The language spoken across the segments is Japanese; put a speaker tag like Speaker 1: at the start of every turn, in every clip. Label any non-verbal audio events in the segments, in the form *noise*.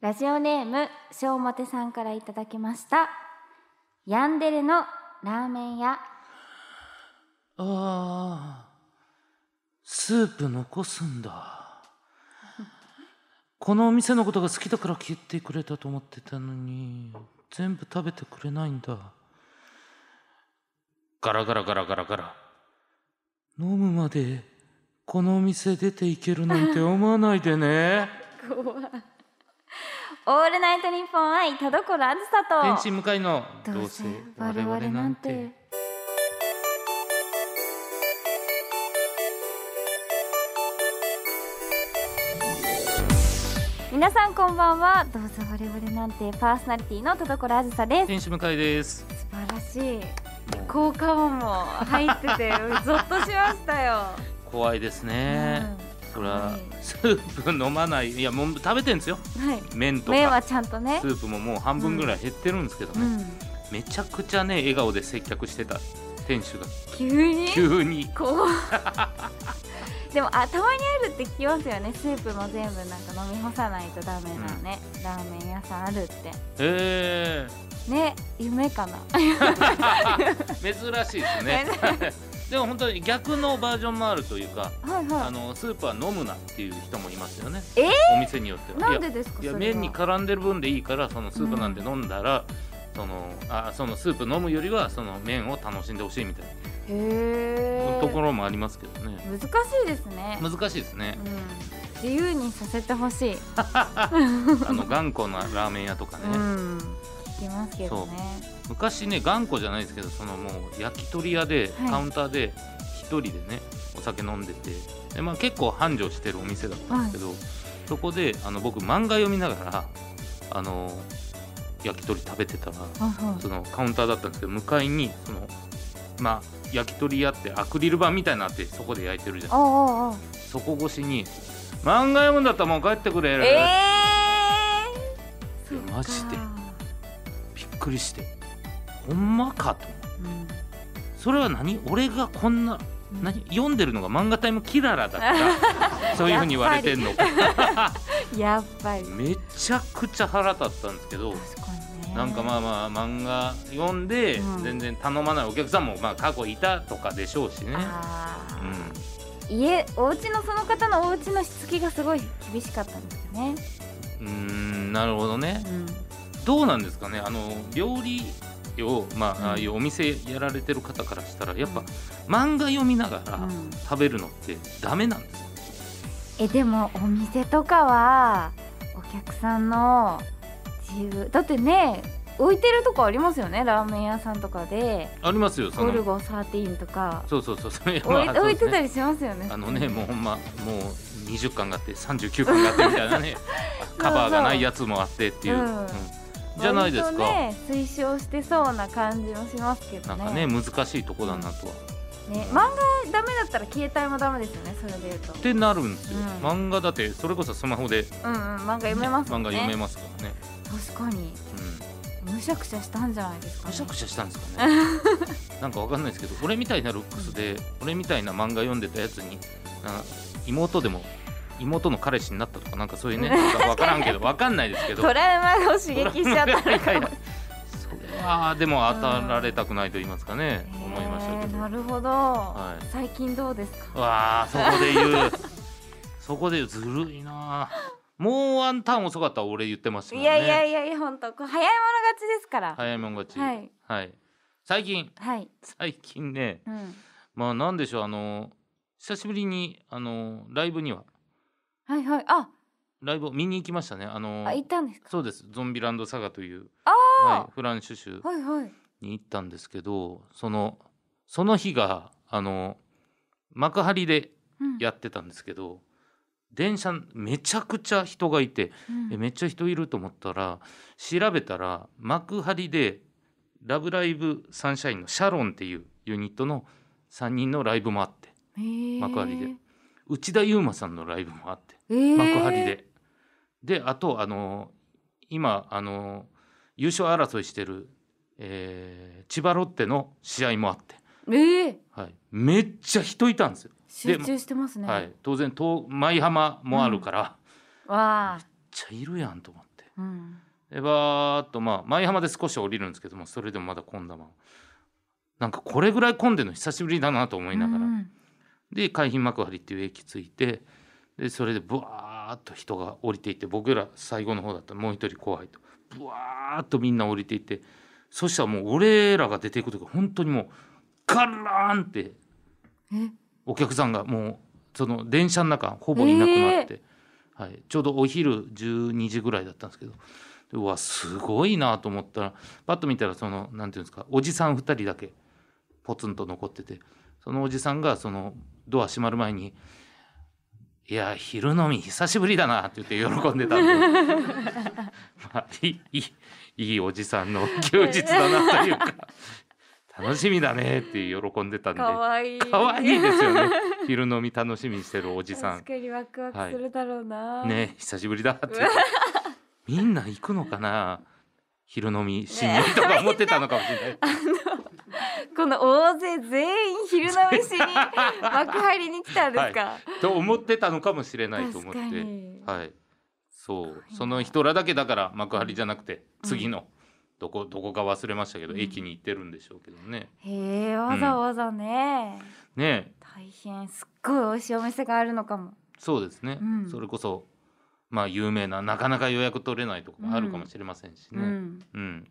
Speaker 1: ラジオネームしょうもてさんからいただきましたヤンデレのラーメン屋
Speaker 2: ああ、スープ残すんだ。このお店のことが好きだから消えてくれたと思ってたのに、全部食べてくれないんだ。ガラガラガラガラガラ。飲むまで、このお店出ていけるなんて思わないで *laughs* ね。
Speaker 1: オールナイトニッポン愛田所あずさと
Speaker 2: 天使向かいの、
Speaker 1: ど
Speaker 2: ど
Speaker 1: う
Speaker 2: う
Speaker 1: せ
Speaker 2: せ
Speaker 1: 我
Speaker 2: 我
Speaker 1: 々
Speaker 2: 々
Speaker 1: な
Speaker 2: なんん
Speaker 1: て
Speaker 2: て。
Speaker 1: 皆さんこんばんはどうせ我々なんてパーソナリティの田所あずさです
Speaker 2: 天使向かいです。
Speaker 1: 素晴らしい
Speaker 2: もう
Speaker 1: 効果音も入っててゾッとしましたよ、
Speaker 2: 怖いですね。
Speaker 1: うん
Speaker 2: これはスープ飲まないいやもう食べてんですよ
Speaker 1: はい
Speaker 2: 麺と
Speaker 1: 麺
Speaker 2: か
Speaker 1: はちゃんとね
Speaker 2: スープももう半分ぐらい減ってるんですけど
Speaker 1: う
Speaker 2: ね、
Speaker 1: ん
Speaker 2: めちゃくちゃね笑顔で接客してた店主が
Speaker 1: 急に
Speaker 2: 急に
Speaker 1: こう *laughs* でもあたまにあるって聞きますよねスープも全部なんか飲み干さないとダメなね、ラーメン屋さんあるって
Speaker 2: え
Speaker 1: ね夢
Speaker 2: *laughs*
Speaker 1: かな
Speaker 2: ー、珍しいで
Speaker 1: *laughs*
Speaker 2: すね *laughs* でも本当に逆のバージョンもあるというか
Speaker 1: はい
Speaker 2: あ
Speaker 1: は
Speaker 2: のスープは飲むなっていう人もいますよね、
Speaker 1: えー
Speaker 2: お店によって
Speaker 1: い
Speaker 2: は
Speaker 1: ないん
Speaker 2: や
Speaker 1: でですかそ
Speaker 2: い
Speaker 1: れ
Speaker 2: や
Speaker 1: は
Speaker 2: 麺に絡んでる分でいいからそのスープなんて飲んだら、そのあそのスープ飲むよりはその麺を楽しんでほしいみたい
Speaker 1: へえ
Speaker 2: なところもありますけどね
Speaker 1: 難しいですね、
Speaker 2: 難しいですね
Speaker 1: *laughs* うん、自由にさせてほしい、
Speaker 2: あの頑固なラーメン屋とかね、
Speaker 1: うん聞きますけどね
Speaker 2: 昔ね頑固じゃないですけどそのもう焼き鳥屋で、
Speaker 1: はい
Speaker 2: カウンターで一人でねお酒飲んでてで、まあ、結構繁盛してるお店だったんですけど、そこであの僕漫画読みながらあの焼き鳥食べてたら
Speaker 1: はいはい
Speaker 2: そのカウンターだったんですけど向かいにそのまあ焼き鳥屋ってアクリル板みたいになってそこで焼いてるじゃん
Speaker 1: おうおうおう
Speaker 2: そこ越しに「漫画読むんだったらもう帰ってくれる」
Speaker 1: ええ
Speaker 2: いやマジ
Speaker 1: う
Speaker 2: でびっくりしてほんまかと
Speaker 1: ん
Speaker 2: それは何俺がこんな
Speaker 1: うん
Speaker 2: 何読んでるのが漫画タイムキラ
Speaker 1: *laughs*
Speaker 2: ラだからそういうふうに言われてんのか *laughs*
Speaker 1: やっぱり
Speaker 2: めちゃくちゃ腹立ったんですけど
Speaker 1: 確かにね
Speaker 2: なんかまあまあ漫画読んで
Speaker 1: うん
Speaker 2: 全然頼まないお客さんもまあ過去いたとかでしょうしね、
Speaker 1: あ
Speaker 2: う
Speaker 1: ー
Speaker 2: ん、
Speaker 1: 家お家のその方のお家のしつきがすごい厳しかったんですよね、
Speaker 2: うーんなるほどね
Speaker 1: うん、
Speaker 2: どうなんですかねあの料理をま
Speaker 1: うん
Speaker 2: あああいうお店やられてる方からしたらやっぱ漫画読みながら
Speaker 1: うん
Speaker 2: 食べるのってダメなんですよ
Speaker 1: えでもお店とかはお客さんの自由だってね置いてるとこありますよねラーメン屋さんとかで
Speaker 2: ありますよそ
Speaker 1: ゴル
Speaker 2: の
Speaker 1: ゴ13とか
Speaker 2: そうそうそうそれ
Speaker 1: 置い,、
Speaker 2: まあそ
Speaker 1: 置
Speaker 2: うで
Speaker 1: い
Speaker 2: す
Speaker 1: て
Speaker 2: ね
Speaker 1: たりしますよね
Speaker 2: あのねもうほんまもう20巻があって39巻があってみたいな
Speaker 1: *laughs*
Speaker 2: ねカバーがないやつもあってってい
Speaker 1: う
Speaker 2: う、
Speaker 1: ん
Speaker 2: うんじゃないですか、
Speaker 1: 割とね推奨してそうな感じもしますけど
Speaker 2: なん
Speaker 1: ね
Speaker 2: かね難しいとこだなとは。
Speaker 1: ね漫画ダメだったら携帯もダメですよねそれで言うと
Speaker 2: ってなるんですよ、
Speaker 1: うん
Speaker 2: 漫画だってそれこそスマホで、
Speaker 1: うんうん漫画読めますも
Speaker 2: 漫
Speaker 1: ん
Speaker 2: 画
Speaker 1: ね
Speaker 2: 読めますからね、
Speaker 1: 確かに
Speaker 2: うん、
Speaker 1: むしゃくしゃしたんじゃないですか、ね、
Speaker 2: むしゃくしゃしたんですかね *laughs* なんかわかんないですけど俺みたいなルックスで俺みたいな漫画読んでたやつにな妹でも妹の彼氏になったとかなんかそう
Speaker 1: *laughs*
Speaker 2: いうねなんかわからんけどわかんないですけど
Speaker 1: トラウマを刺激しちゃったのかも
Speaker 2: それはでも当たられたくないと言いますかね、 *laughs* 思いましたけ
Speaker 1: えー
Speaker 2: ど
Speaker 1: なるほど、
Speaker 2: い
Speaker 1: 最近どうですか
Speaker 2: わあそこ
Speaker 1: *laughs*
Speaker 2: で言うそこで言うずるいなもうワンターン遅かったら俺言ってましたもん
Speaker 1: い
Speaker 2: ね
Speaker 1: やいやいやいや本当こう早い者勝ちですから
Speaker 2: 早いもん勝ち
Speaker 1: はい、
Speaker 2: はい最近
Speaker 1: はい、
Speaker 2: 最近ね
Speaker 1: うん、
Speaker 2: まあなんでしょうあの久しぶりにあのライブには
Speaker 1: はいはいあ
Speaker 2: ライブを見に行きましたねあの
Speaker 1: あ行ったんですか
Speaker 2: そうですゾンビランドサガという、
Speaker 1: あ
Speaker 2: はい、フランシュシュ
Speaker 1: はいはい
Speaker 2: に行ったんですけどそのその日があの幕張で
Speaker 1: うん
Speaker 2: やってたんですけど電車めちゃくちゃ人がいて
Speaker 1: うん
Speaker 2: えめっちゃ人いると思ったら調べたら幕張で「ラブライブサンシャイン」のシャロンっていうユニットの3人のライブもあって
Speaker 1: へー
Speaker 2: 幕張で内田悠馬さんのライブもあって
Speaker 1: えー
Speaker 2: 幕張で。であとあの今あの優勝争いしてる、えー千葉ロッテの試合もあって、
Speaker 1: えー
Speaker 2: はい、めっちゃ人いたんですよ。
Speaker 1: 集中してますね、
Speaker 2: はい、当然と舞浜もあるから、
Speaker 1: わあ
Speaker 2: めっちゃいるやんと思って
Speaker 1: うん
Speaker 2: でバーっとまあ舞浜で少し降りるんですけどもそれでもまだ混んだままなんかこれぐらい混んでるの久しぶりだなと思いながら、
Speaker 1: うん
Speaker 2: で海浜幕張っていう駅着いてでそれでブワーっと人が降りていって僕ら最後の方だったもう一人後輩とブワーっとみんな降りていってそしたらもう俺らが出ていく時本当にもうガラーンって
Speaker 1: え
Speaker 2: お客さんがもうその電車の中ほぼいなくなって、はい、ちょうどお昼12時ぐらいだったんですけどでうわすごいなと思ったらパッと見たらそのなんていうんですかおじさん2人だけポツンと残っててそのおじさんがそのドア閉まる前に「いや昼飲み久しぶりだな」って言って喜んでたんでまあいいいいいいおじさんの休日だなというか楽しみだねっていう喜んでたんで
Speaker 1: かわいい
Speaker 2: 可愛いですよね
Speaker 1: *laughs*
Speaker 2: 昼飲み楽しみにしてるおじさ
Speaker 1: 確
Speaker 2: ん
Speaker 1: かにワクワクするだろうな、
Speaker 2: ね久しぶり
Speaker 1: *laughs*
Speaker 2: だってみんな行くのかな昼飲みしにとか思ってたのかもしれない、
Speaker 1: この大勢全員昼飲み
Speaker 2: *laughs*
Speaker 1: しに幕張に来たんですか、
Speaker 2: と思ってたのかもしれないと思って
Speaker 1: 確かに
Speaker 2: はいそう
Speaker 1: すごいな
Speaker 2: その人らだけだから幕張じゃなくて
Speaker 1: うん
Speaker 2: 次の、どこどこか忘れましたけど、
Speaker 1: うん
Speaker 2: 駅に行ってるんでしょうけどね
Speaker 1: へえわざわざね、
Speaker 2: ね
Speaker 1: 大変すっごい美味しいお店があるのかも
Speaker 2: そうですね、
Speaker 1: うん
Speaker 2: それこそまあ有名ななかなか予約取れないとこもあるかもしれませんしね、 *laughs*
Speaker 1: うん
Speaker 2: うん。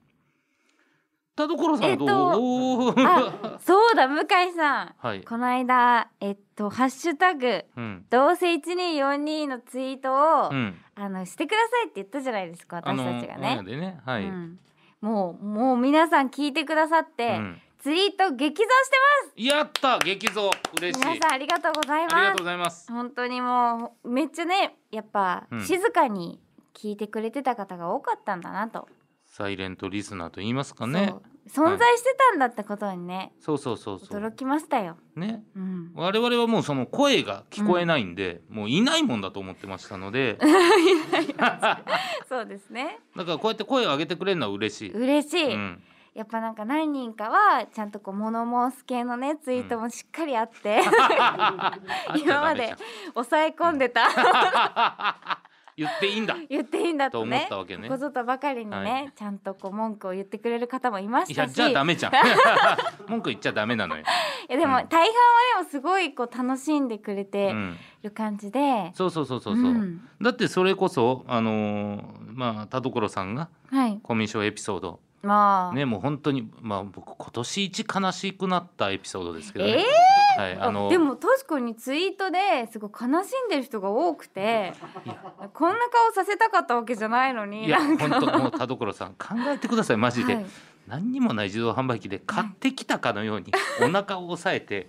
Speaker 2: 田所さんは
Speaker 1: えっ
Speaker 2: どう、
Speaker 1: と
Speaker 2: おー
Speaker 1: あそうだ向井さん
Speaker 2: *laughs* はい。
Speaker 1: この間えっと「ハッシュタグ
Speaker 2: うん。
Speaker 1: どうせ1242」のツイートを、
Speaker 2: うん。
Speaker 1: あのしてくださいって言ったじゃないですか私たちが
Speaker 2: あのオンエア
Speaker 1: ね。
Speaker 2: でね、はい。
Speaker 1: うんもうもう皆さん聞いてくださって、
Speaker 2: うん
Speaker 1: ツイート激増して
Speaker 2: やった激増嬉しい。
Speaker 1: ます皆さんありがとうござい
Speaker 2: ありが
Speaker 1: ま
Speaker 2: とう
Speaker 1: す
Speaker 2: ございます。
Speaker 1: 本当にもうめっちゃねやっぱ
Speaker 2: うん
Speaker 1: 静かに聞いてくれてた方が多かったんだなと、
Speaker 2: サイレントリスナーと言いますかね。
Speaker 1: そう存在してたんだってことにね、
Speaker 2: そうそうそうそ
Speaker 1: 驚
Speaker 2: う。
Speaker 1: きましたよ、
Speaker 2: ね。
Speaker 1: うん、
Speaker 2: 我々はもうその声が聞こえないんで、もういないもんだと思ってました
Speaker 1: *laughs*
Speaker 2: ので、 *laughs*
Speaker 1: そうですね
Speaker 2: だからこうやって声を上げてくれるのは嬉しい。
Speaker 1: 嬉しい、
Speaker 2: うん。
Speaker 1: やっぱなんか何人かはちゃんとこう物申す系のねツイートもしっかりあって、 *laughs*
Speaker 2: あっちゃ
Speaker 1: 今
Speaker 2: ダ
Speaker 1: ま
Speaker 2: メじ
Speaker 1: で
Speaker 2: ゃん
Speaker 1: 抑え込んでた
Speaker 2: 言っていいんだ。
Speaker 1: *laughs* 言っていいんだとね
Speaker 2: と思ったわけね
Speaker 1: ここぞとばかりにね、
Speaker 2: はい
Speaker 1: ちゃんとこう文句を言ってくれる方もいまし
Speaker 2: い
Speaker 1: た
Speaker 2: や
Speaker 1: し
Speaker 2: じゃあダ
Speaker 1: *laughs*
Speaker 2: メじゃん。文句言っちゃダメなのよ。
Speaker 1: いやでも
Speaker 2: う
Speaker 1: 大
Speaker 2: ん
Speaker 1: 半はでもすごいこう楽しんでくれ
Speaker 2: う
Speaker 1: て
Speaker 2: ん。
Speaker 1: る感じで、
Speaker 2: そうそうそうそううそう。
Speaker 1: ん
Speaker 2: だってそれこそあのーまあ田所さんが
Speaker 1: はい
Speaker 2: コミュ障エピソード
Speaker 1: まあ、
Speaker 2: ねもう本当にまあ僕今年一悲しくなったエピソードですけど、
Speaker 1: え
Speaker 2: ねはいあの
Speaker 1: でも確かにツイートですごい悲しんでる人が多くて
Speaker 2: い
Speaker 1: こんな顔させたかったわけじゃないのに
Speaker 2: いや
Speaker 1: なん
Speaker 2: 本
Speaker 1: か
Speaker 2: 当もう田所さん考えてくださいマジで、
Speaker 1: はい
Speaker 2: 何にもない自動販売機で買ってきたか
Speaker 1: *laughs*
Speaker 2: のようにお腹を押さえて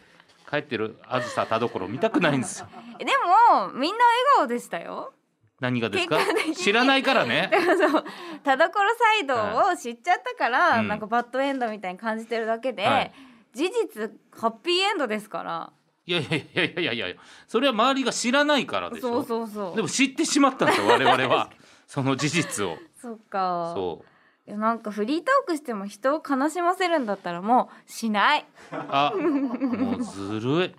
Speaker 2: 帰ってるあずさ田所見たくない
Speaker 1: *laughs*
Speaker 2: んですよ
Speaker 1: でもみんな笑顔でしたよ。 *laughs*
Speaker 2: 何がですか
Speaker 1: 結果的に
Speaker 2: 知らないからね
Speaker 1: だからそう田所サイドを知っちゃったから、
Speaker 2: うん
Speaker 1: なんかバッドエンドみたいに感じてるだけで、
Speaker 2: はい
Speaker 1: 事実ハッピーエンドですから。
Speaker 2: いやいやいやいやいやいやそれは周りが知らないからでしょ
Speaker 1: そうそうそう。
Speaker 2: でも知ってしまったんですよ我々はその事実
Speaker 1: *laughs*
Speaker 2: を
Speaker 1: そっか。
Speaker 2: そう
Speaker 1: いやなんかフリートークしても人を悲しませるんだったらもうしない。
Speaker 2: あ、もうずるい。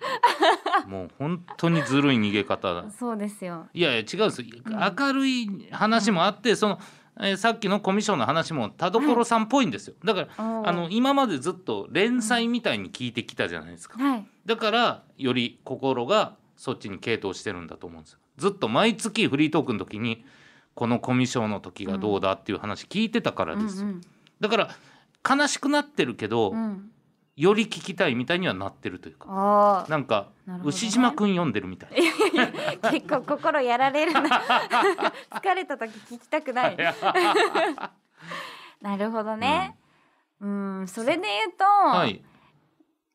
Speaker 2: もう本当にずるい逃げ方だ。
Speaker 1: そうですよ。
Speaker 2: いやいや違うんですよ。明るい話もあって、その、えーさっきのコミュ障の話も田所さんっぽいんですよ。だから、
Speaker 1: おー
Speaker 2: あの今までずっと連載みたいに聞いてきたじゃないですか。
Speaker 1: はい。
Speaker 2: だからより心がそっちに傾倒してるんだと思うんですよ。ずっと毎月フリートークの時にこのコミュ障の時がどうだっていう話聞いてたから
Speaker 1: うんう
Speaker 2: ですよ。
Speaker 1: ん
Speaker 2: だから悲しくなってるけど、
Speaker 1: うん。
Speaker 2: より聞きたいみたいにはなってるというか。
Speaker 1: ああ。
Speaker 2: *laughs* なんか、
Speaker 1: なるほどね
Speaker 2: 牛島くん読んでるみたい。
Speaker 1: 結構心やられるな。 *laughs* 疲れた時聞きたくない。 *laughs* なるほどね。うん、それで言うと、
Speaker 2: はい。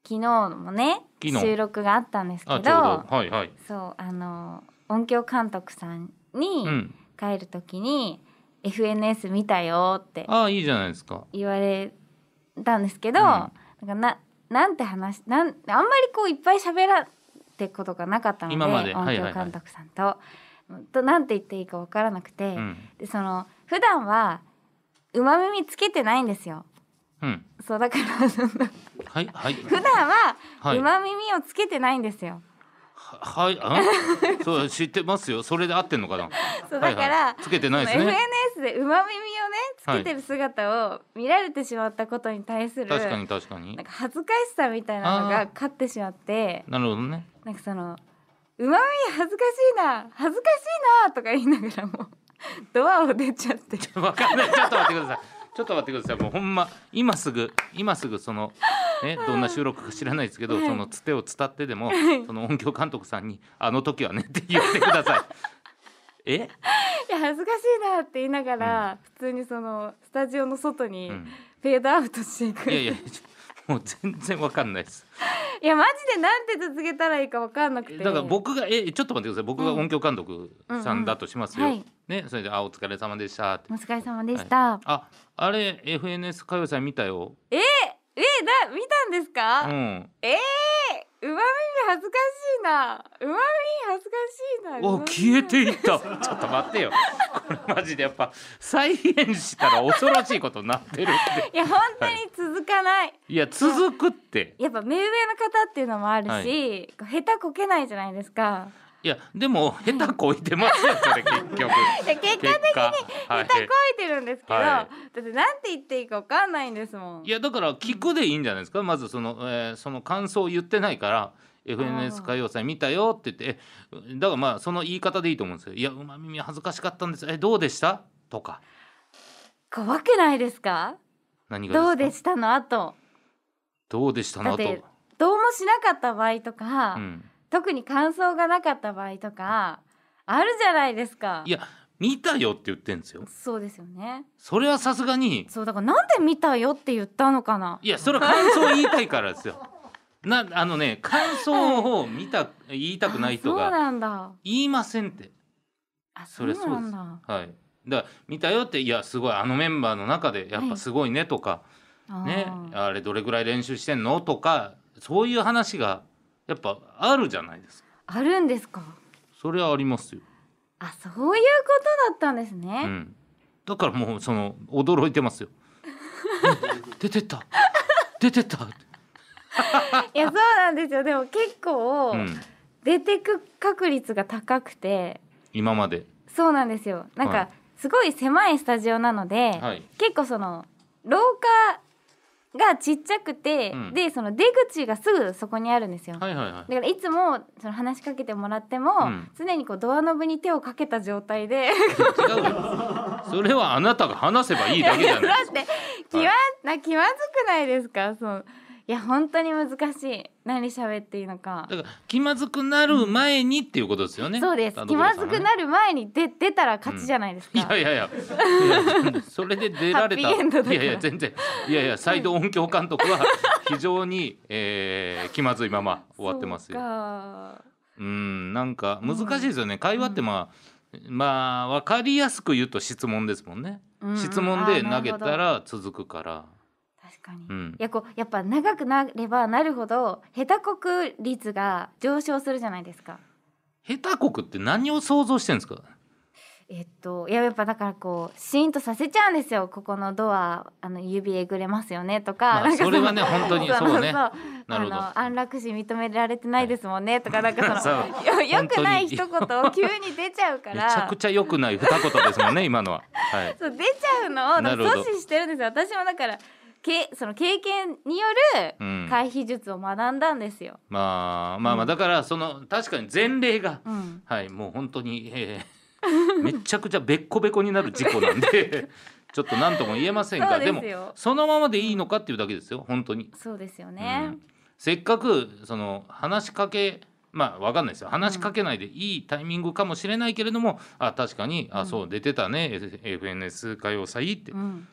Speaker 1: 昨日もね
Speaker 2: 昨日
Speaker 1: 収録があったんですけ
Speaker 2: あ、
Speaker 1: ど
Speaker 2: ちょうど。はいはい。
Speaker 1: そうあの音響監督さんに
Speaker 2: うん。
Speaker 1: 帰る時に「FNS 見たよ」って
Speaker 2: あ、いいじゃないですか。
Speaker 1: 言われたんですけど、
Speaker 2: うん
Speaker 1: なんかななんて話なんあんまりこういっぱい喋らってことがなかったので
Speaker 2: 今まで
Speaker 1: 音
Speaker 2: はいは
Speaker 1: 響
Speaker 2: いはい
Speaker 1: 監督さんと。となんて言っていいか分からなくて、
Speaker 2: うん。
Speaker 1: でその普段は馬耳つけてないんですよ。
Speaker 2: うん。
Speaker 1: そうだから *laughs* 普 *laughs*
Speaker 2: はいはい。
Speaker 1: 段は
Speaker 2: はい。
Speaker 1: 馬耳をつけてないんですよ。
Speaker 2: ははいあそう知ってますよそれで合ってんのかな
Speaker 1: そう
Speaker 2: は
Speaker 1: だ
Speaker 2: い
Speaker 1: から、
Speaker 2: はい、つけてないですね
Speaker 1: SNS でうま耳をねつけてる姿を見られてしまったことに対する、
Speaker 2: 確かに確かに
Speaker 1: なんか恥ずかしさみたいなの
Speaker 2: あ
Speaker 1: が
Speaker 2: ー
Speaker 1: 勝ってしまって
Speaker 2: なるほどね
Speaker 1: なんかその「うまみ恥ずかしいな恥ずかしいな」とか言いながらも *laughs* ドアを出ちゃって
Speaker 2: わかんない。ちょっと待ってください。ちょっと待ってください。もうほんま今すぐ今すぐそのねどんな収録か知らないですけど、
Speaker 1: はい
Speaker 2: そのつてを伝ってでも、
Speaker 1: い
Speaker 2: その音響監督さんにあの時はねって言ってください。え？
Speaker 1: いや恥ずかしいなって言いながら、普通にそのスタジオの外に
Speaker 2: うん。
Speaker 1: フェードアウトしていく、
Speaker 2: いやいや。ちょもう全然わかんないです。
Speaker 1: いやマジでなんて続けたらいいかわかんなくて
Speaker 2: だから僕がえちょっと待ってください。僕が音響監督さんだとしますよ。
Speaker 1: うんうんはい
Speaker 2: ねそれであお疲れ様でしたって
Speaker 1: お。疲れ様でした、
Speaker 2: ああれ FNS 歌謡祭見たよ。
Speaker 1: えーな見たんですか、
Speaker 2: うん。
Speaker 1: えー、うまみ恥ずかしいなうまみ恥ずかしいな
Speaker 2: お消えていったちょっと待ってよ *laughs* これマジでやっぱ再現したら恐ろしいことになって
Speaker 1: *laughs*
Speaker 2: るっ
Speaker 1: い
Speaker 2: て
Speaker 1: や本当に続かない、
Speaker 2: いや続くって
Speaker 1: やっぱ目上の方っていうのもあるし、
Speaker 2: は
Speaker 1: こう下手こけないじゃないですか
Speaker 2: いやでも下手こいてますよそれ結局
Speaker 1: いや結果
Speaker 2: 結果は
Speaker 1: 下
Speaker 2: い
Speaker 1: 手こいてるんですけど、
Speaker 2: はい
Speaker 1: だってなんて言っていいかわかんないんですもん
Speaker 2: いやだから聞くでいいんじゃないですかまずその、えーその感想を言ってないから
Speaker 1: あー
Speaker 2: FNS 歌謡祭見たよって言ってえだからまあその言い方でいいと思うんですよ「いやうまみ恥ずかしかったんですえどうでした?」とか
Speaker 1: 怖くないですか
Speaker 2: 何が
Speaker 1: どう
Speaker 2: で
Speaker 1: です
Speaker 2: か
Speaker 1: したの後
Speaker 2: どうでしたの
Speaker 1: だ
Speaker 2: あ
Speaker 1: っ
Speaker 2: と、
Speaker 1: てどうもしなかった場合とか、
Speaker 2: うん、
Speaker 1: 特に感想がなかった場合とかあるじゃないですか
Speaker 2: いや見たよって言ってんですよ
Speaker 1: そうですよね
Speaker 2: それはさすがに
Speaker 1: そうだからなんで見たよって言ったのかない
Speaker 2: やそれは感想を言いたいか
Speaker 1: *laughs*
Speaker 2: らですよ。なあのね感想を見た言いたくない人
Speaker 1: あそう
Speaker 2: が
Speaker 1: なんだ
Speaker 2: 言いませんって。
Speaker 1: あ
Speaker 2: それ
Speaker 1: そうな
Speaker 2: そうんです
Speaker 1: だ
Speaker 2: はい。だから見たよっていやすごいあのメンバーの中でやっぱすごいねとか、
Speaker 1: あー
Speaker 2: ねあれどれぐらい練習してんのとかそういう話がやっぱあるじゃないですか。
Speaker 1: あるんですか
Speaker 2: それはありますよ。
Speaker 1: あそういうことだったんです
Speaker 2: う
Speaker 1: ね、
Speaker 2: ん。だからもうその驚いてますよ。 *laughs* 出てった出てった。
Speaker 1: いやそうなんですよでも結構、
Speaker 2: うん。
Speaker 1: 出てく確率が高くて
Speaker 2: 今まで。
Speaker 1: そうなんですよなん
Speaker 2: はい
Speaker 1: かすごい狭いスタジオなので、
Speaker 2: はい。
Speaker 1: 結構その廊下がちっちゃくて、
Speaker 2: うん
Speaker 1: でその出口がすぐそこにあるんですよ、
Speaker 2: はいはいはい。
Speaker 1: だからいつもその話しかけてもらっても、
Speaker 2: ん
Speaker 1: 常にこうドアノブに手をかけた状態で
Speaker 2: 違うよそれはあなたが話せばいいだけじゃない
Speaker 1: だって気ま,、な気まずくないですかそういや本当に難しい何喋っていいのか、
Speaker 2: だから気まずくなる前にっていうことですよね、
Speaker 1: そうです
Speaker 2: 田
Speaker 1: 気
Speaker 2: 所
Speaker 1: ま
Speaker 2: さん
Speaker 1: ず
Speaker 2: はね
Speaker 1: くなる前に出出たら勝ちじゃないですか、
Speaker 2: いやいやいやいや
Speaker 1: *laughs*
Speaker 2: それで出られた
Speaker 1: ハッピーエンドだから
Speaker 2: いやいや全然いやいや斎藤音響監督は *laughs* 非常に、えー気まずいまま終わってますよ
Speaker 1: そうか
Speaker 2: うんなんか難しいですよね、会話ってまあ、まあ分かりやすく言うと質問ですもんね、
Speaker 1: うんうん
Speaker 2: 質問で投げ
Speaker 1: あーなる
Speaker 2: た
Speaker 1: ほど
Speaker 2: ら続くから
Speaker 1: 確かに、
Speaker 2: うん
Speaker 1: いやこうやっぱ長くなればなるほど下手こく率が上昇するじゃないですか
Speaker 2: 下手国って何を想像してるんですか
Speaker 1: えっといややっぱだからこうシーンとさせちゃうんですよここのドアあの指えぐれますよねとか,、
Speaker 2: まあ
Speaker 1: なんか
Speaker 2: それはね
Speaker 1: の
Speaker 2: 本当
Speaker 1: *laughs*
Speaker 2: にそうね
Speaker 1: あ
Speaker 2: なるほど
Speaker 1: の安楽死認められてないですもんねとかなんかそ
Speaker 2: さあ
Speaker 1: のよよくない一言
Speaker 2: 本
Speaker 1: を急に出ちゃうか
Speaker 2: めちゃ
Speaker 1: ら
Speaker 2: くちゃ良くない二言ですもんね今のは。はい。
Speaker 1: そう出ちゃうのを
Speaker 2: な
Speaker 1: だ
Speaker 2: る
Speaker 1: か
Speaker 2: ほ
Speaker 1: ら
Speaker 2: ど
Speaker 1: 阻止してるんですよ私もだからけその経験によ
Speaker 2: う
Speaker 1: る
Speaker 2: ん。
Speaker 1: 回避術を学んだんですよ。
Speaker 2: まあまあ
Speaker 1: う
Speaker 2: まあ
Speaker 1: ん
Speaker 2: だからその確かに前例が、
Speaker 1: うん
Speaker 2: はいもう本当に、えー
Speaker 1: *laughs*
Speaker 2: めちゃくちゃべっこべこになる事故なんでちょっと何とも言えませんが
Speaker 1: そう
Speaker 2: で
Speaker 1: で
Speaker 2: も
Speaker 1: すよ
Speaker 2: そのままでいいのかっていうだけですよ本当に。
Speaker 1: そうですよ
Speaker 2: う
Speaker 1: ね
Speaker 2: ん。せっかくその話しかけまあわかんないですよ話しかけないでいいタイミングかもしれないけれども、あ確かにあそう出てたね FNS 歌謡祭って
Speaker 1: う、ん、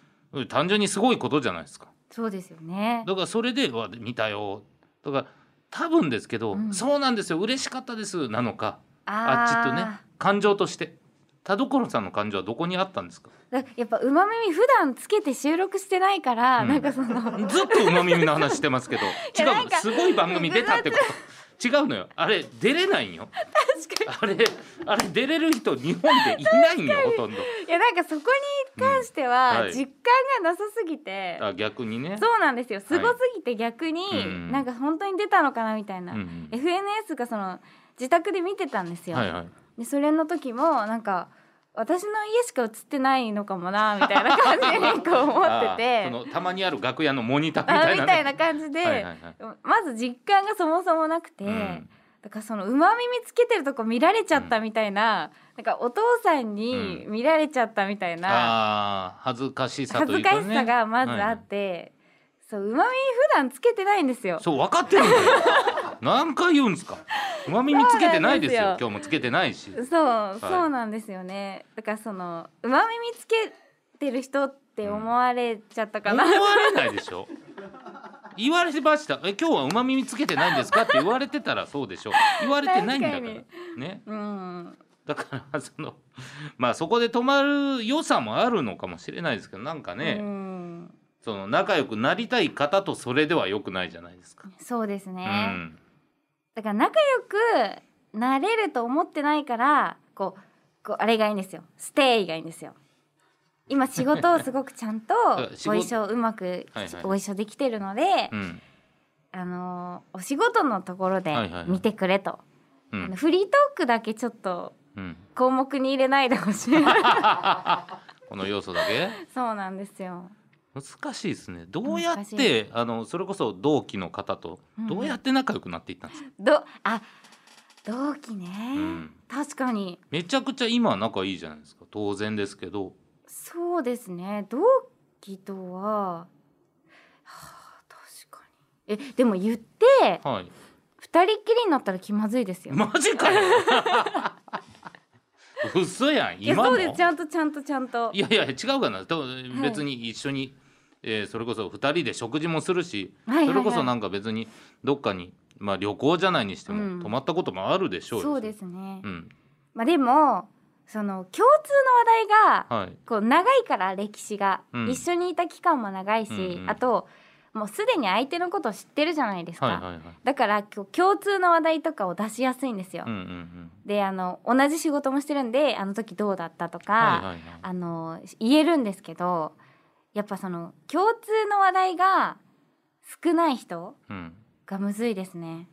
Speaker 2: 単純にすごいことじゃないですか。
Speaker 1: そうですよね。
Speaker 2: だからそれでうわ見たよだから多分ですけど、
Speaker 1: うん
Speaker 2: そうなんですよ嬉しかったですなのかあ
Speaker 1: あー
Speaker 2: っちとね感情として田所さんの感情はどこにあったんですか
Speaker 1: だやっぱ馬耳普段つけて収録してないから、
Speaker 2: うん
Speaker 1: なん
Speaker 2: *laughs*
Speaker 1: かその
Speaker 2: ずっと馬耳の話してます
Speaker 1: *laughs*
Speaker 2: けど違
Speaker 1: な
Speaker 2: うんの
Speaker 1: か
Speaker 2: すごい番組出たってこと違うのよあれ出れないんよ
Speaker 1: 確
Speaker 2: あれあれ出れる人日本でいないんよほとんど
Speaker 1: いやなんかそこに関して
Speaker 2: うん
Speaker 1: は
Speaker 2: はい
Speaker 1: 実感がなさすぎて、
Speaker 2: あ逆にね
Speaker 1: そうなんですよす
Speaker 2: はい
Speaker 1: ごすぎて逆に、
Speaker 2: うん
Speaker 1: なんか本当に出たのかなみたいな、
Speaker 2: うん
Speaker 1: FNS がその自宅で見てたんですよ、
Speaker 2: はいはい
Speaker 1: でそれの時もなんか私の家しか映ってないのかもなみたいな感じにこう思って
Speaker 2: *laughs* あーそ
Speaker 1: て
Speaker 2: のたまにある楽屋のモニターみ
Speaker 1: あ
Speaker 2: た
Speaker 1: ー
Speaker 2: い
Speaker 1: み
Speaker 2: な、
Speaker 1: たいな感じで、
Speaker 2: はいはいはい
Speaker 1: まず実感がそもそもなくて、
Speaker 2: うん
Speaker 1: だからそのうまみ見つけてるとこ見られちゃったみたいな、なんかお父さんに見られちゃったみたいな、
Speaker 2: あー恥ずかしさ
Speaker 1: 恥
Speaker 2: とい
Speaker 1: ず
Speaker 2: うか、ね、
Speaker 1: かしさがまずあって、そううまみ普段つけてないんですよ。
Speaker 2: そう分かってるんだよ何回言う
Speaker 1: *laughs*
Speaker 2: んですかうまみにつけてないですよ
Speaker 1: そうなんですよ
Speaker 2: 今日もつけてないし
Speaker 1: そう、そうなんですよね。だからそのうまみ見つけてる人って思われちゃったか
Speaker 2: 思 *laughs*
Speaker 1: な。
Speaker 2: われないでしょ言われてましたえ今日はうまみにつけてないんですかって言われてたらそうでしょ言われてないんだから
Speaker 1: 確か
Speaker 2: ね
Speaker 1: うん、
Speaker 2: だからそのまあそこで止まる良さもあるのかもしれないですけどなんかね、
Speaker 1: うん、
Speaker 2: その仲良くなりたい方とそれでは良くないじゃないですか、
Speaker 1: そうですね。
Speaker 2: うん
Speaker 1: だから仲良くなれると思ってないからこうこうあれがいいんですよステイがいいんですよ今仕事をすごくちゃんと
Speaker 2: *laughs* あ仕事
Speaker 1: ご一緒うまく
Speaker 2: はいはい
Speaker 1: ご一緒できてるので、
Speaker 2: うん
Speaker 1: あのーお仕事のところで
Speaker 2: はいはいはい
Speaker 1: 見てくれと、あ
Speaker 2: う
Speaker 1: の
Speaker 2: ん
Speaker 1: フリートークだけちょっと
Speaker 2: うん、
Speaker 1: 項目に入れないでほしい
Speaker 2: この要素だけ
Speaker 1: *laughs* そうなんですよ
Speaker 2: 難しいですねどうやっ
Speaker 1: 難して
Speaker 2: あのそれこそ同期の方と
Speaker 1: うん
Speaker 2: どうやって仲良くなっていったんですか、
Speaker 1: どあ同期ね、
Speaker 2: うん
Speaker 1: 確かに
Speaker 2: めちゃくちゃ今は仲いいじゃないですか当然ですけど
Speaker 1: そうですね同期とは、はあ、確かにえでも言って
Speaker 2: はい
Speaker 1: 二人っきりになったら気まずいですよ。
Speaker 2: マ
Speaker 1: *laughs*
Speaker 2: ジかよ嘘やん
Speaker 1: いや
Speaker 2: 今
Speaker 1: そ
Speaker 2: も
Speaker 1: うですちゃんとちゃんとちゃんと
Speaker 2: いやいや違うかなと別に一緒に、えーそれこそ2人で食事もするし、
Speaker 1: はいはいはい
Speaker 2: それこそなんか別にどっかに、まあ、旅行じゃないにしても、
Speaker 1: うん
Speaker 2: 泊まったこともあるでしょうよ
Speaker 1: そうですね、
Speaker 2: うん
Speaker 1: まあでもその共通の話題が
Speaker 2: はい
Speaker 1: こう長いから歴史が、
Speaker 2: うん
Speaker 1: 一緒にいた期間も長いし、
Speaker 2: うんうん
Speaker 1: あともうすでに相手のことを知ってるじゃないですか、
Speaker 2: はいはいはい
Speaker 1: だからこう共通の話題とかを出しやすいんですよ、
Speaker 2: うんうんうん
Speaker 1: であの同じ仕事もしてるんであの時どうだったとか、
Speaker 2: はいはいはい
Speaker 1: あの言えるんですけどやっぱその共通の話題が少ない人
Speaker 2: うん
Speaker 1: がむずいですね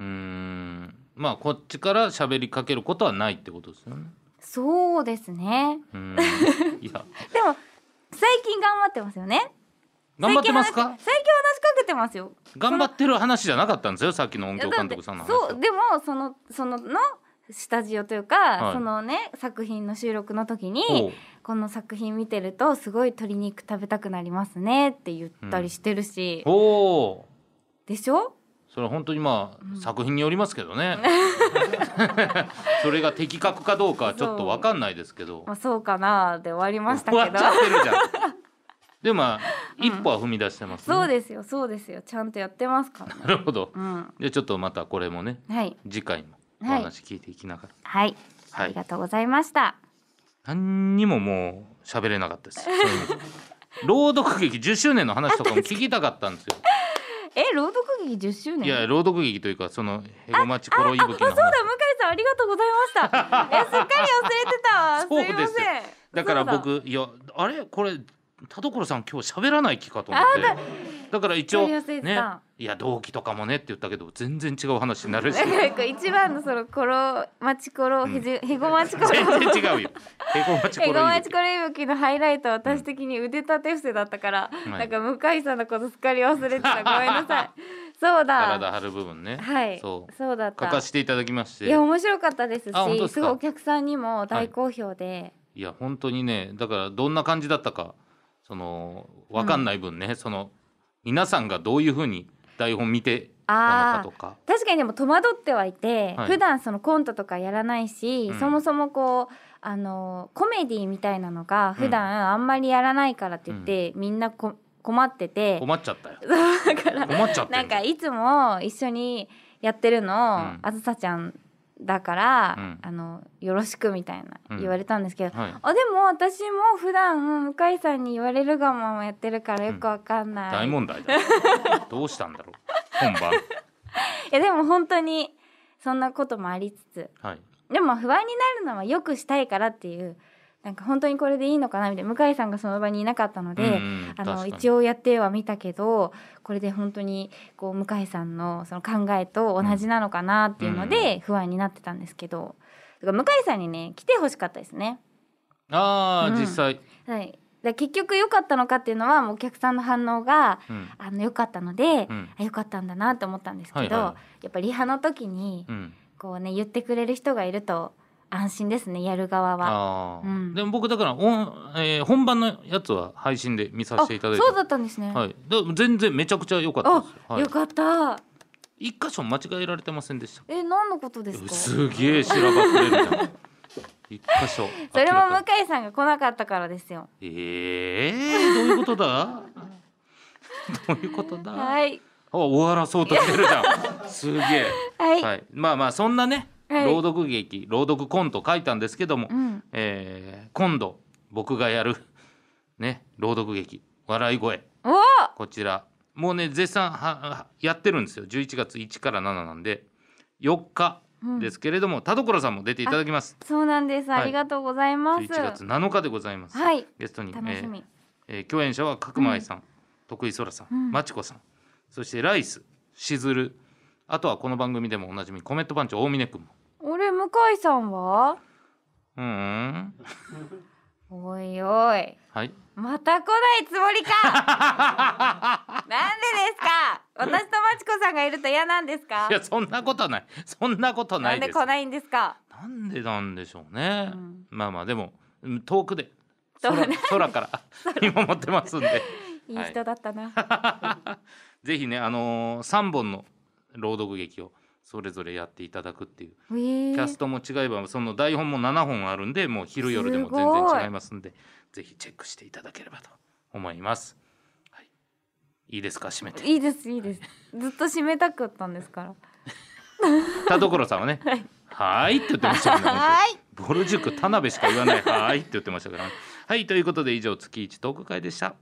Speaker 2: うーんまあこっちから喋りかけることはないってことですよね。
Speaker 1: そうですね
Speaker 2: うー
Speaker 1: *laughs*
Speaker 2: んいや
Speaker 1: でも最近頑張ってますよね
Speaker 2: 頑張ってますか
Speaker 1: 最近話し最近話しかけてますよ
Speaker 2: 頑張ってる話じゃなかったんですよさっきの音響監督さんの話
Speaker 1: いやだっ
Speaker 2: は。
Speaker 1: てそうでもそのそののスタジオというか、
Speaker 2: はい
Speaker 1: そのね作品の収録の時
Speaker 2: ほう
Speaker 1: にこの作品見てるとすごい鶏肉食べたくなりますねって言ったりしてるし、
Speaker 2: ほう
Speaker 1: でしょ
Speaker 2: それは本当にまあ、
Speaker 1: うん
Speaker 2: 作品によりますけ
Speaker 1: *laughs*
Speaker 2: どねそれが的確かどうかはちょっと分かんないですけど
Speaker 1: まあそうかなで終わりました
Speaker 2: 終わ
Speaker 1: け
Speaker 2: っ
Speaker 1: ど
Speaker 2: ちゃってるじゃんでもまあ
Speaker 1: うん
Speaker 2: 一歩は踏み出してますね、
Speaker 1: そうですよそうですよちゃんとやってますから、
Speaker 2: なるほど
Speaker 1: うん
Speaker 2: でちょっとまたこれもね
Speaker 1: はい
Speaker 2: 次回もお
Speaker 1: はい
Speaker 2: 話聞いていきながら、
Speaker 1: はい
Speaker 2: は
Speaker 1: あ
Speaker 2: い
Speaker 1: りがとうございました
Speaker 2: 何にももう喋れなかっ
Speaker 1: *laughs*
Speaker 2: たですそういう意味で朗読劇10周年の話とかも聞きたかったんですよ
Speaker 1: え朗読劇10周年
Speaker 2: いや朗読劇というかそのへごまちころいぶきの
Speaker 1: あそうだ向
Speaker 2: 話
Speaker 1: 井さんありがとうございましたえすっかり忘れてた
Speaker 2: *laughs* そうですよ
Speaker 1: すいません
Speaker 2: だから
Speaker 1: そう
Speaker 2: 僕いやあれこれ田所さん今日喋らない気かと思ってだから一応
Speaker 1: やりやすい
Speaker 2: ね
Speaker 1: ですない
Speaker 2: や同期とかもねって言ったけど全然違う話になるし
Speaker 1: だなんか一番のそのコロマチコロへじ
Speaker 2: *laughs*
Speaker 1: へごまちころ
Speaker 2: 全然違うよへごまちこ
Speaker 1: へご
Speaker 2: ろ
Speaker 1: ま
Speaker 2: いぶ
Speaker 1: ち
Speaker 2: き
Speaker 1: ころいぶきのハイライトは私的に腕立て伏せだったから、
Speaker 2: うん
Speaker 1: なんか向井さんのことすっかり忘れてたごめんな
Speaker 2: *laughs*
Speaker 1: さいそうだ
Speaker 2: 体張る部分ね
Speaker 1: はい
Speaker 2: そ
Speaker 1: そううだっ
Speaker 2: 書
Speaker 1: た
Speaker 2: かせていただきまして
Speaker 1: いや面白かったですし
Speaker 2: あ本当ですか
Speaker 1: すごいお客さんにも大好評で、
Speaker 2: いや本当にねだからどんな感じだったかその分かんない分ね、その皆さんがどういうふうに台本見てたのかとか
Speaker 1: 確かにでも戸惑ってはいて、
Speaker 2: はい
Speaker 1: 普段そのコントとかやらないし、
Speaker 2: うん
Speaker 1: そもそもこうあのコメディみたいなのが普段あんまりやらないからって言って、みんなこ困ってて
Speaker 2: 困っちゃったよ
Speaker 1: そうだから
Speaker 2: 困っちゃった
Speaker 1: なんかいつも一緒にやってるの、
Speaker 2: ん
Speaker 1: あずさちゃんだから、
Speaker 2: うん
Speaker 1: あのよろしくみたいな言われたんですけど、
Speaker 2: はい、
Speaker 1: あでも私も普段向井さんに言われるがままやってるからよくわかんない、
Speaker 2: 大問題だよどうしたんだろう本番
Speaker 1: いやでも本当にそんなこともありつつ
Speaker 2: はい
Speaker 1: でも不安になるのはよくしたいからっていうなんか本当にこれでいいのかなみたいな向井さんがその場にいなかったので、あの一
Speaker 2: 応
Speaker 1: 応やってはみたけどこれで本当にこう向井さんのその考えと同じなのかなっていうので不安になってたんですけど、だから向井さんにね来てほしかったですね。
Speaker 2: ああ、
Speaker 1: うん
Speaker 2: 実際、
Speaker 1: はい、だから結局良かったのかっていうのはもうお客さんの反応が
Speaker 2: うん
Speaker 1: あの良かったので、
Speaker 2: うん
Speaker 1: あ良かったんだなって思ったんですけど、
Speaker 2: はいは
Speaker 1: やっぱリハの時に
Speaker 2: うん、
Speaker 1: こうね言ってくれる人がいると安心ですねやる側は。
Speaker 2: ああ、
Speaker 1: うん
Speaker 2: でも僕だからオン、えー本番のやつは配信で見させていただいて
Speaker 1: そうだったんですね。
Speaker 2: はい、でも全然めちゃくちゃ良かったですよ、
Speaker 1: あ、
Speaker 2: はい
Speaker 1: よ、かった。
Speaker 2: 一箇所間違えられてませんでした
Speaker 1: え何のことですか。
Speaker 2: すげえ白ばくれるじゃん一箇所
Speaker 1: *laughs* それも
Speaker 2: 明らか
Speaker 1: 向
Speaker 2: に
Speaker 1: 井さんが来なかったからですよ。
Speaker 2: えー、どういうことだ *laughs* どういうことだ、
Speaker 1: はい。
Speaker 2: あ終わらそうとしてる
Speaker 1: *laughs*
Speaker 2: じゃんすげえ
Speaker 1: はい。
Speaker 2: はい、まあまあそんなね、
Speaker 1: はい
Speaker 2: 朗読劇朗読コント書いたんですけども、
Speaker 1: うん。
Speaker 2: えー今度僕がやるね朗読劇「笑い声
Speaker 1: おお。」
Speaker 2: こちらもうね絶賛ははやってるんですよ11月1から7なんで4日ですけれども、田所さんも出ていただきます
Speaker 1: そうなんです。
Speaker 2: はい
Speaker 1: ありがとうございます。
Speaker 2: 11月7日でございます、
Speaker 1: はい
Speaker 2: ゲストに、え
Speaker 1: 楽し
Speaker 2: ー
Speaker 1: み。
Speaker 2: えー共演者は角間愛さん、徳井そらさん、
Speaker 1: うん
Speaker 2: まちこさんそしてライスしずるあとはこの番組でもおなじみコメットパンチ大峰君も
Speaker 1: 俺向井さんは？
Speaker 2: うーん
Speaker 1: おいおい。
Speaker 2: はい
Speaker 1: また来ないつもり
Speaker 2: *laughs*
Speaker 1: か。なんでですか。私とまちこさんがいると嫌なんですか
Speaker 2: い。やそんなことはないそんなこと
Speaker 1: な
Speaker 2: なんい
Speaker 1: で
Speaker 2: です
Speaker 1: 来ないんですか。
Speaker 2: なんでなんでしょうね、
Speaker 1: うん
Speaker 2: まあまあでもうん遠くで
Speaker 1: 遠く *laughs*
Speaker 2: 空空から見守ってますんで
Speaker 1: いい人だった
Speaker 2: *laughs*
Speaker 1: な。
Speaker 2: ぜひねあのー、3本の朗読劇をそれぞれやっていただくっていう
Speaker 1: えー
Speaker 2: キャストも違えばその台本も7本あるんでもう昼夜でも
Speaker 1: す
Speaker 2: 全
Speaker 1: ごい
Speaker 2: 然違いますんでぜひチェックしていただければと思います、はい、いいですか締めて
Speaker 1: いいですいいです。ずっと締めたくったんですから。
Speaker 2: 田所さん
Speaker 1: *laughs*
Speaker 2: はね「はーい」って言ってましたけどね
Speaker 1: はーい。
Speaker 2: ボル塾田辺しか言わない「はーい」って言ってましたから、ね、はいということで以上月一トーク会でした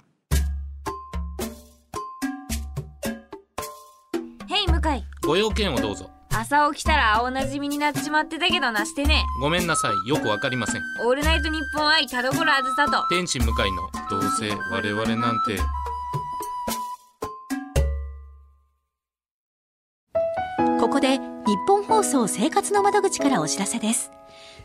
Speaker 1: ヘイ向井。
Speaker 2: ご用件をどうぞ
Speaker 1: 朝起きたら青なじみになってしまってたけどなしてね
Speaker 2: ごめんなさいよくわかりません
Speaker 1: オールナイトニッポン愛田所あずさと
Speaker 2: 天使向かいのどうせ我々なんて
Speaker 3: ここで日本放送生活の窓口からお知らせです。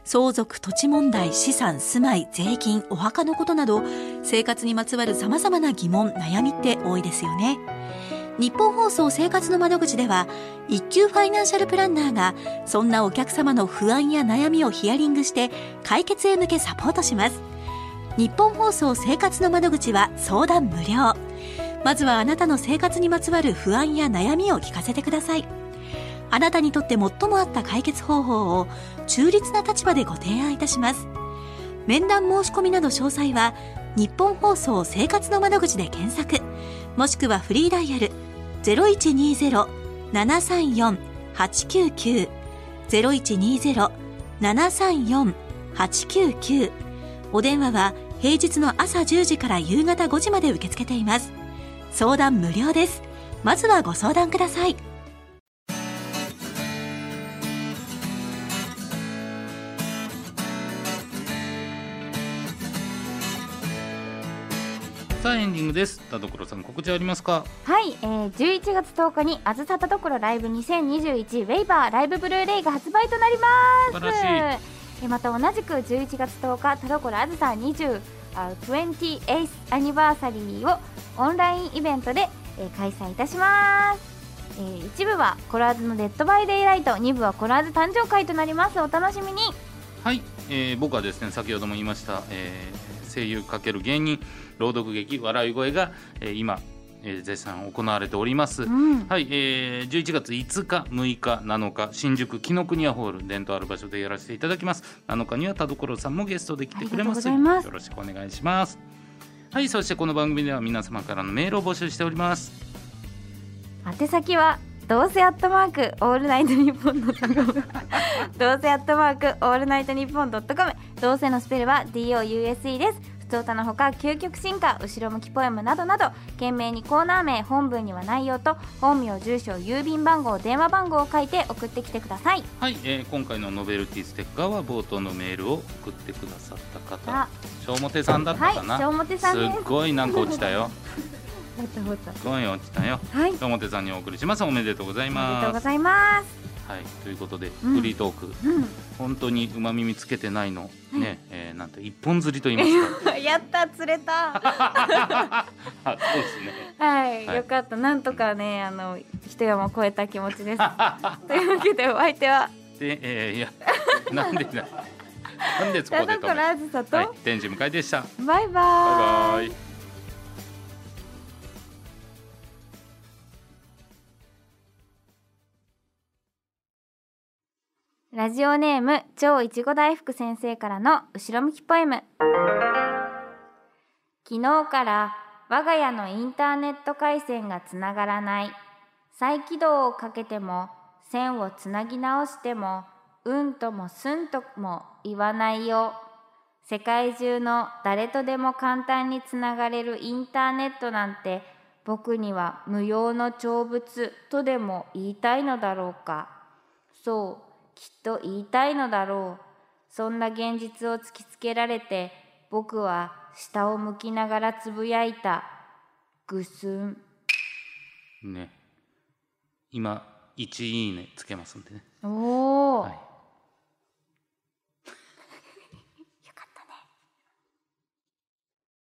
Speaker 3: 相続、土地問題、資産、住まい、税金、お墓のことなど、生活にまつわる様々な疑問、悩みって多いですよね。日本放送生活の窓口では、一級ファイナンシャルプランナーが、そんなお客様の不安や悩みをヒアリングして、解決へ向けサポートします。日本放送生活の窓口は相談無料。まずはあなたの生活にまつわる不安や悩みを聞かせてください。あなたにとって最も合った解決方法を中立な立場でご提案いたします。面談申し込みなど詳細は、日本放送生活の窓口で検索、もしくはフリーダイヤル0120-734-899、0120-734-899お電話は平日の朝10時から夕方5時まで受け付けています。相談無料です。まずはご相談ください。
Speaker 2: さあエンディングです田所さん告知ありますか
Speaker 1: はい、えー、11月10日に「あずさ田所ライブ2021ウェイバーライブブルーレイ」が発売となります
Speaker 2: 素晴ら
Speaker 1: えーまた同じく11月10日田所あずさ20あ 28th アニバーサリーをオンラインイベントで、えー開催いたしますえー一部はコラーズのデッドバイデイライト二部はコラーズ誕生会となりますお楽しみに
Speaker 2: はい、えー僕はですね先ほども言いました、えー声優×芸人朗読劇笑い声が、えー今、えー絶賛行われております、
Speaker 1: うん
Speaker 2: はい、えー、11月5日、6日、7日、新宿紀ノ国屋ホール、伝統ある場所でやらせていただきます。7日には田所さんもゲストで来てくれます。
Speaker 1: ありがと
Speaker 2: よろしくお願いします。はい、そしてこの番組では皆様からのメールを募集しております。
Speaker 1: 宛先はどうせアットマークオールナイトニッポンドットコムどうせアットマークオールナイトニッポンドットコムどうせのスペルは DOUSE です普つおたのほか究極進化後ろ向きポエムなどなど懸命にコーナー名本文には内容と本名住所郵便番号電話番号を書いて送ってきてください
Speaker 2: はい、えー今回のノベルティステッカーは冒頭のメールを送ってくださった方
Speaker 1: あ
Speaker 2: 小表さんだったかな、
Speaker 1: はい小表さんです
Speaker 2: すっごいなんか落ちたよ
Speaker 1: ほっとほっと
Speaker 2: すごい落ちたよ
Speaker 1: はい
Speaker 2: 小表さんにお送りしますおめでとうござ
Speaker 1: あ
Speaker 2: い
Speaker 1: りがとう
Speaker 2: ま
Speaker 1: ご
Speaker 2: す
Speaker 1: ざいます
Speaker 2: はいということで、
Speaker 1: うん
Speaker 2: フリートーク
Speaker 1: う
Speaker 2: 本当にうまみ見つけてないの、
Speaker 1: い
Speaker 2: ね、えーなんと一本釣りと言います
Speaker 1: んやった釣れた *laughs*
Speaker 2: かあそうですね
Speaker 1: はい、
Speaker 2: はい
Speaker 1: よかったなんとかねあの一山を超えた気持ち
Speaker 2: *laughs*
Speaker 1: ですというわけでお相手は
Speaker 2: で、えーいや
Speaker 1: *laughs*
Speaker 2: なんでだなんでそこ
Speaker 1: 田
Speaker 2: で止
Speaker 1: 所
Speaker 2: め
Speaker 1: あずさと、
Speaker 2: はい天智向井でした
Speaker 1: バイバ
Speaker 2: バイ
Speaker 1: ーイ
Speaker 2: バイ
Speaker 1: ラジオネーム超いちご大福先生からの後ろ向きポエム昨日から我が家のインターネット回線がつながらない再起動をかけても線をつなぎ直してもうんともすんとも言わないよ世界中の誰とでも簡単につながれるインターネットなんて僕には無用の長物とでも言いたいのだろうかそう、きっと言いたいのだろう。そんな現実を突きつけられて、僕は下を向きながらつぶやいた。ぐすん。
Speaker 2: ね今1いいねつけますんでね
Speaker 1: おお、
Speaker 2: はい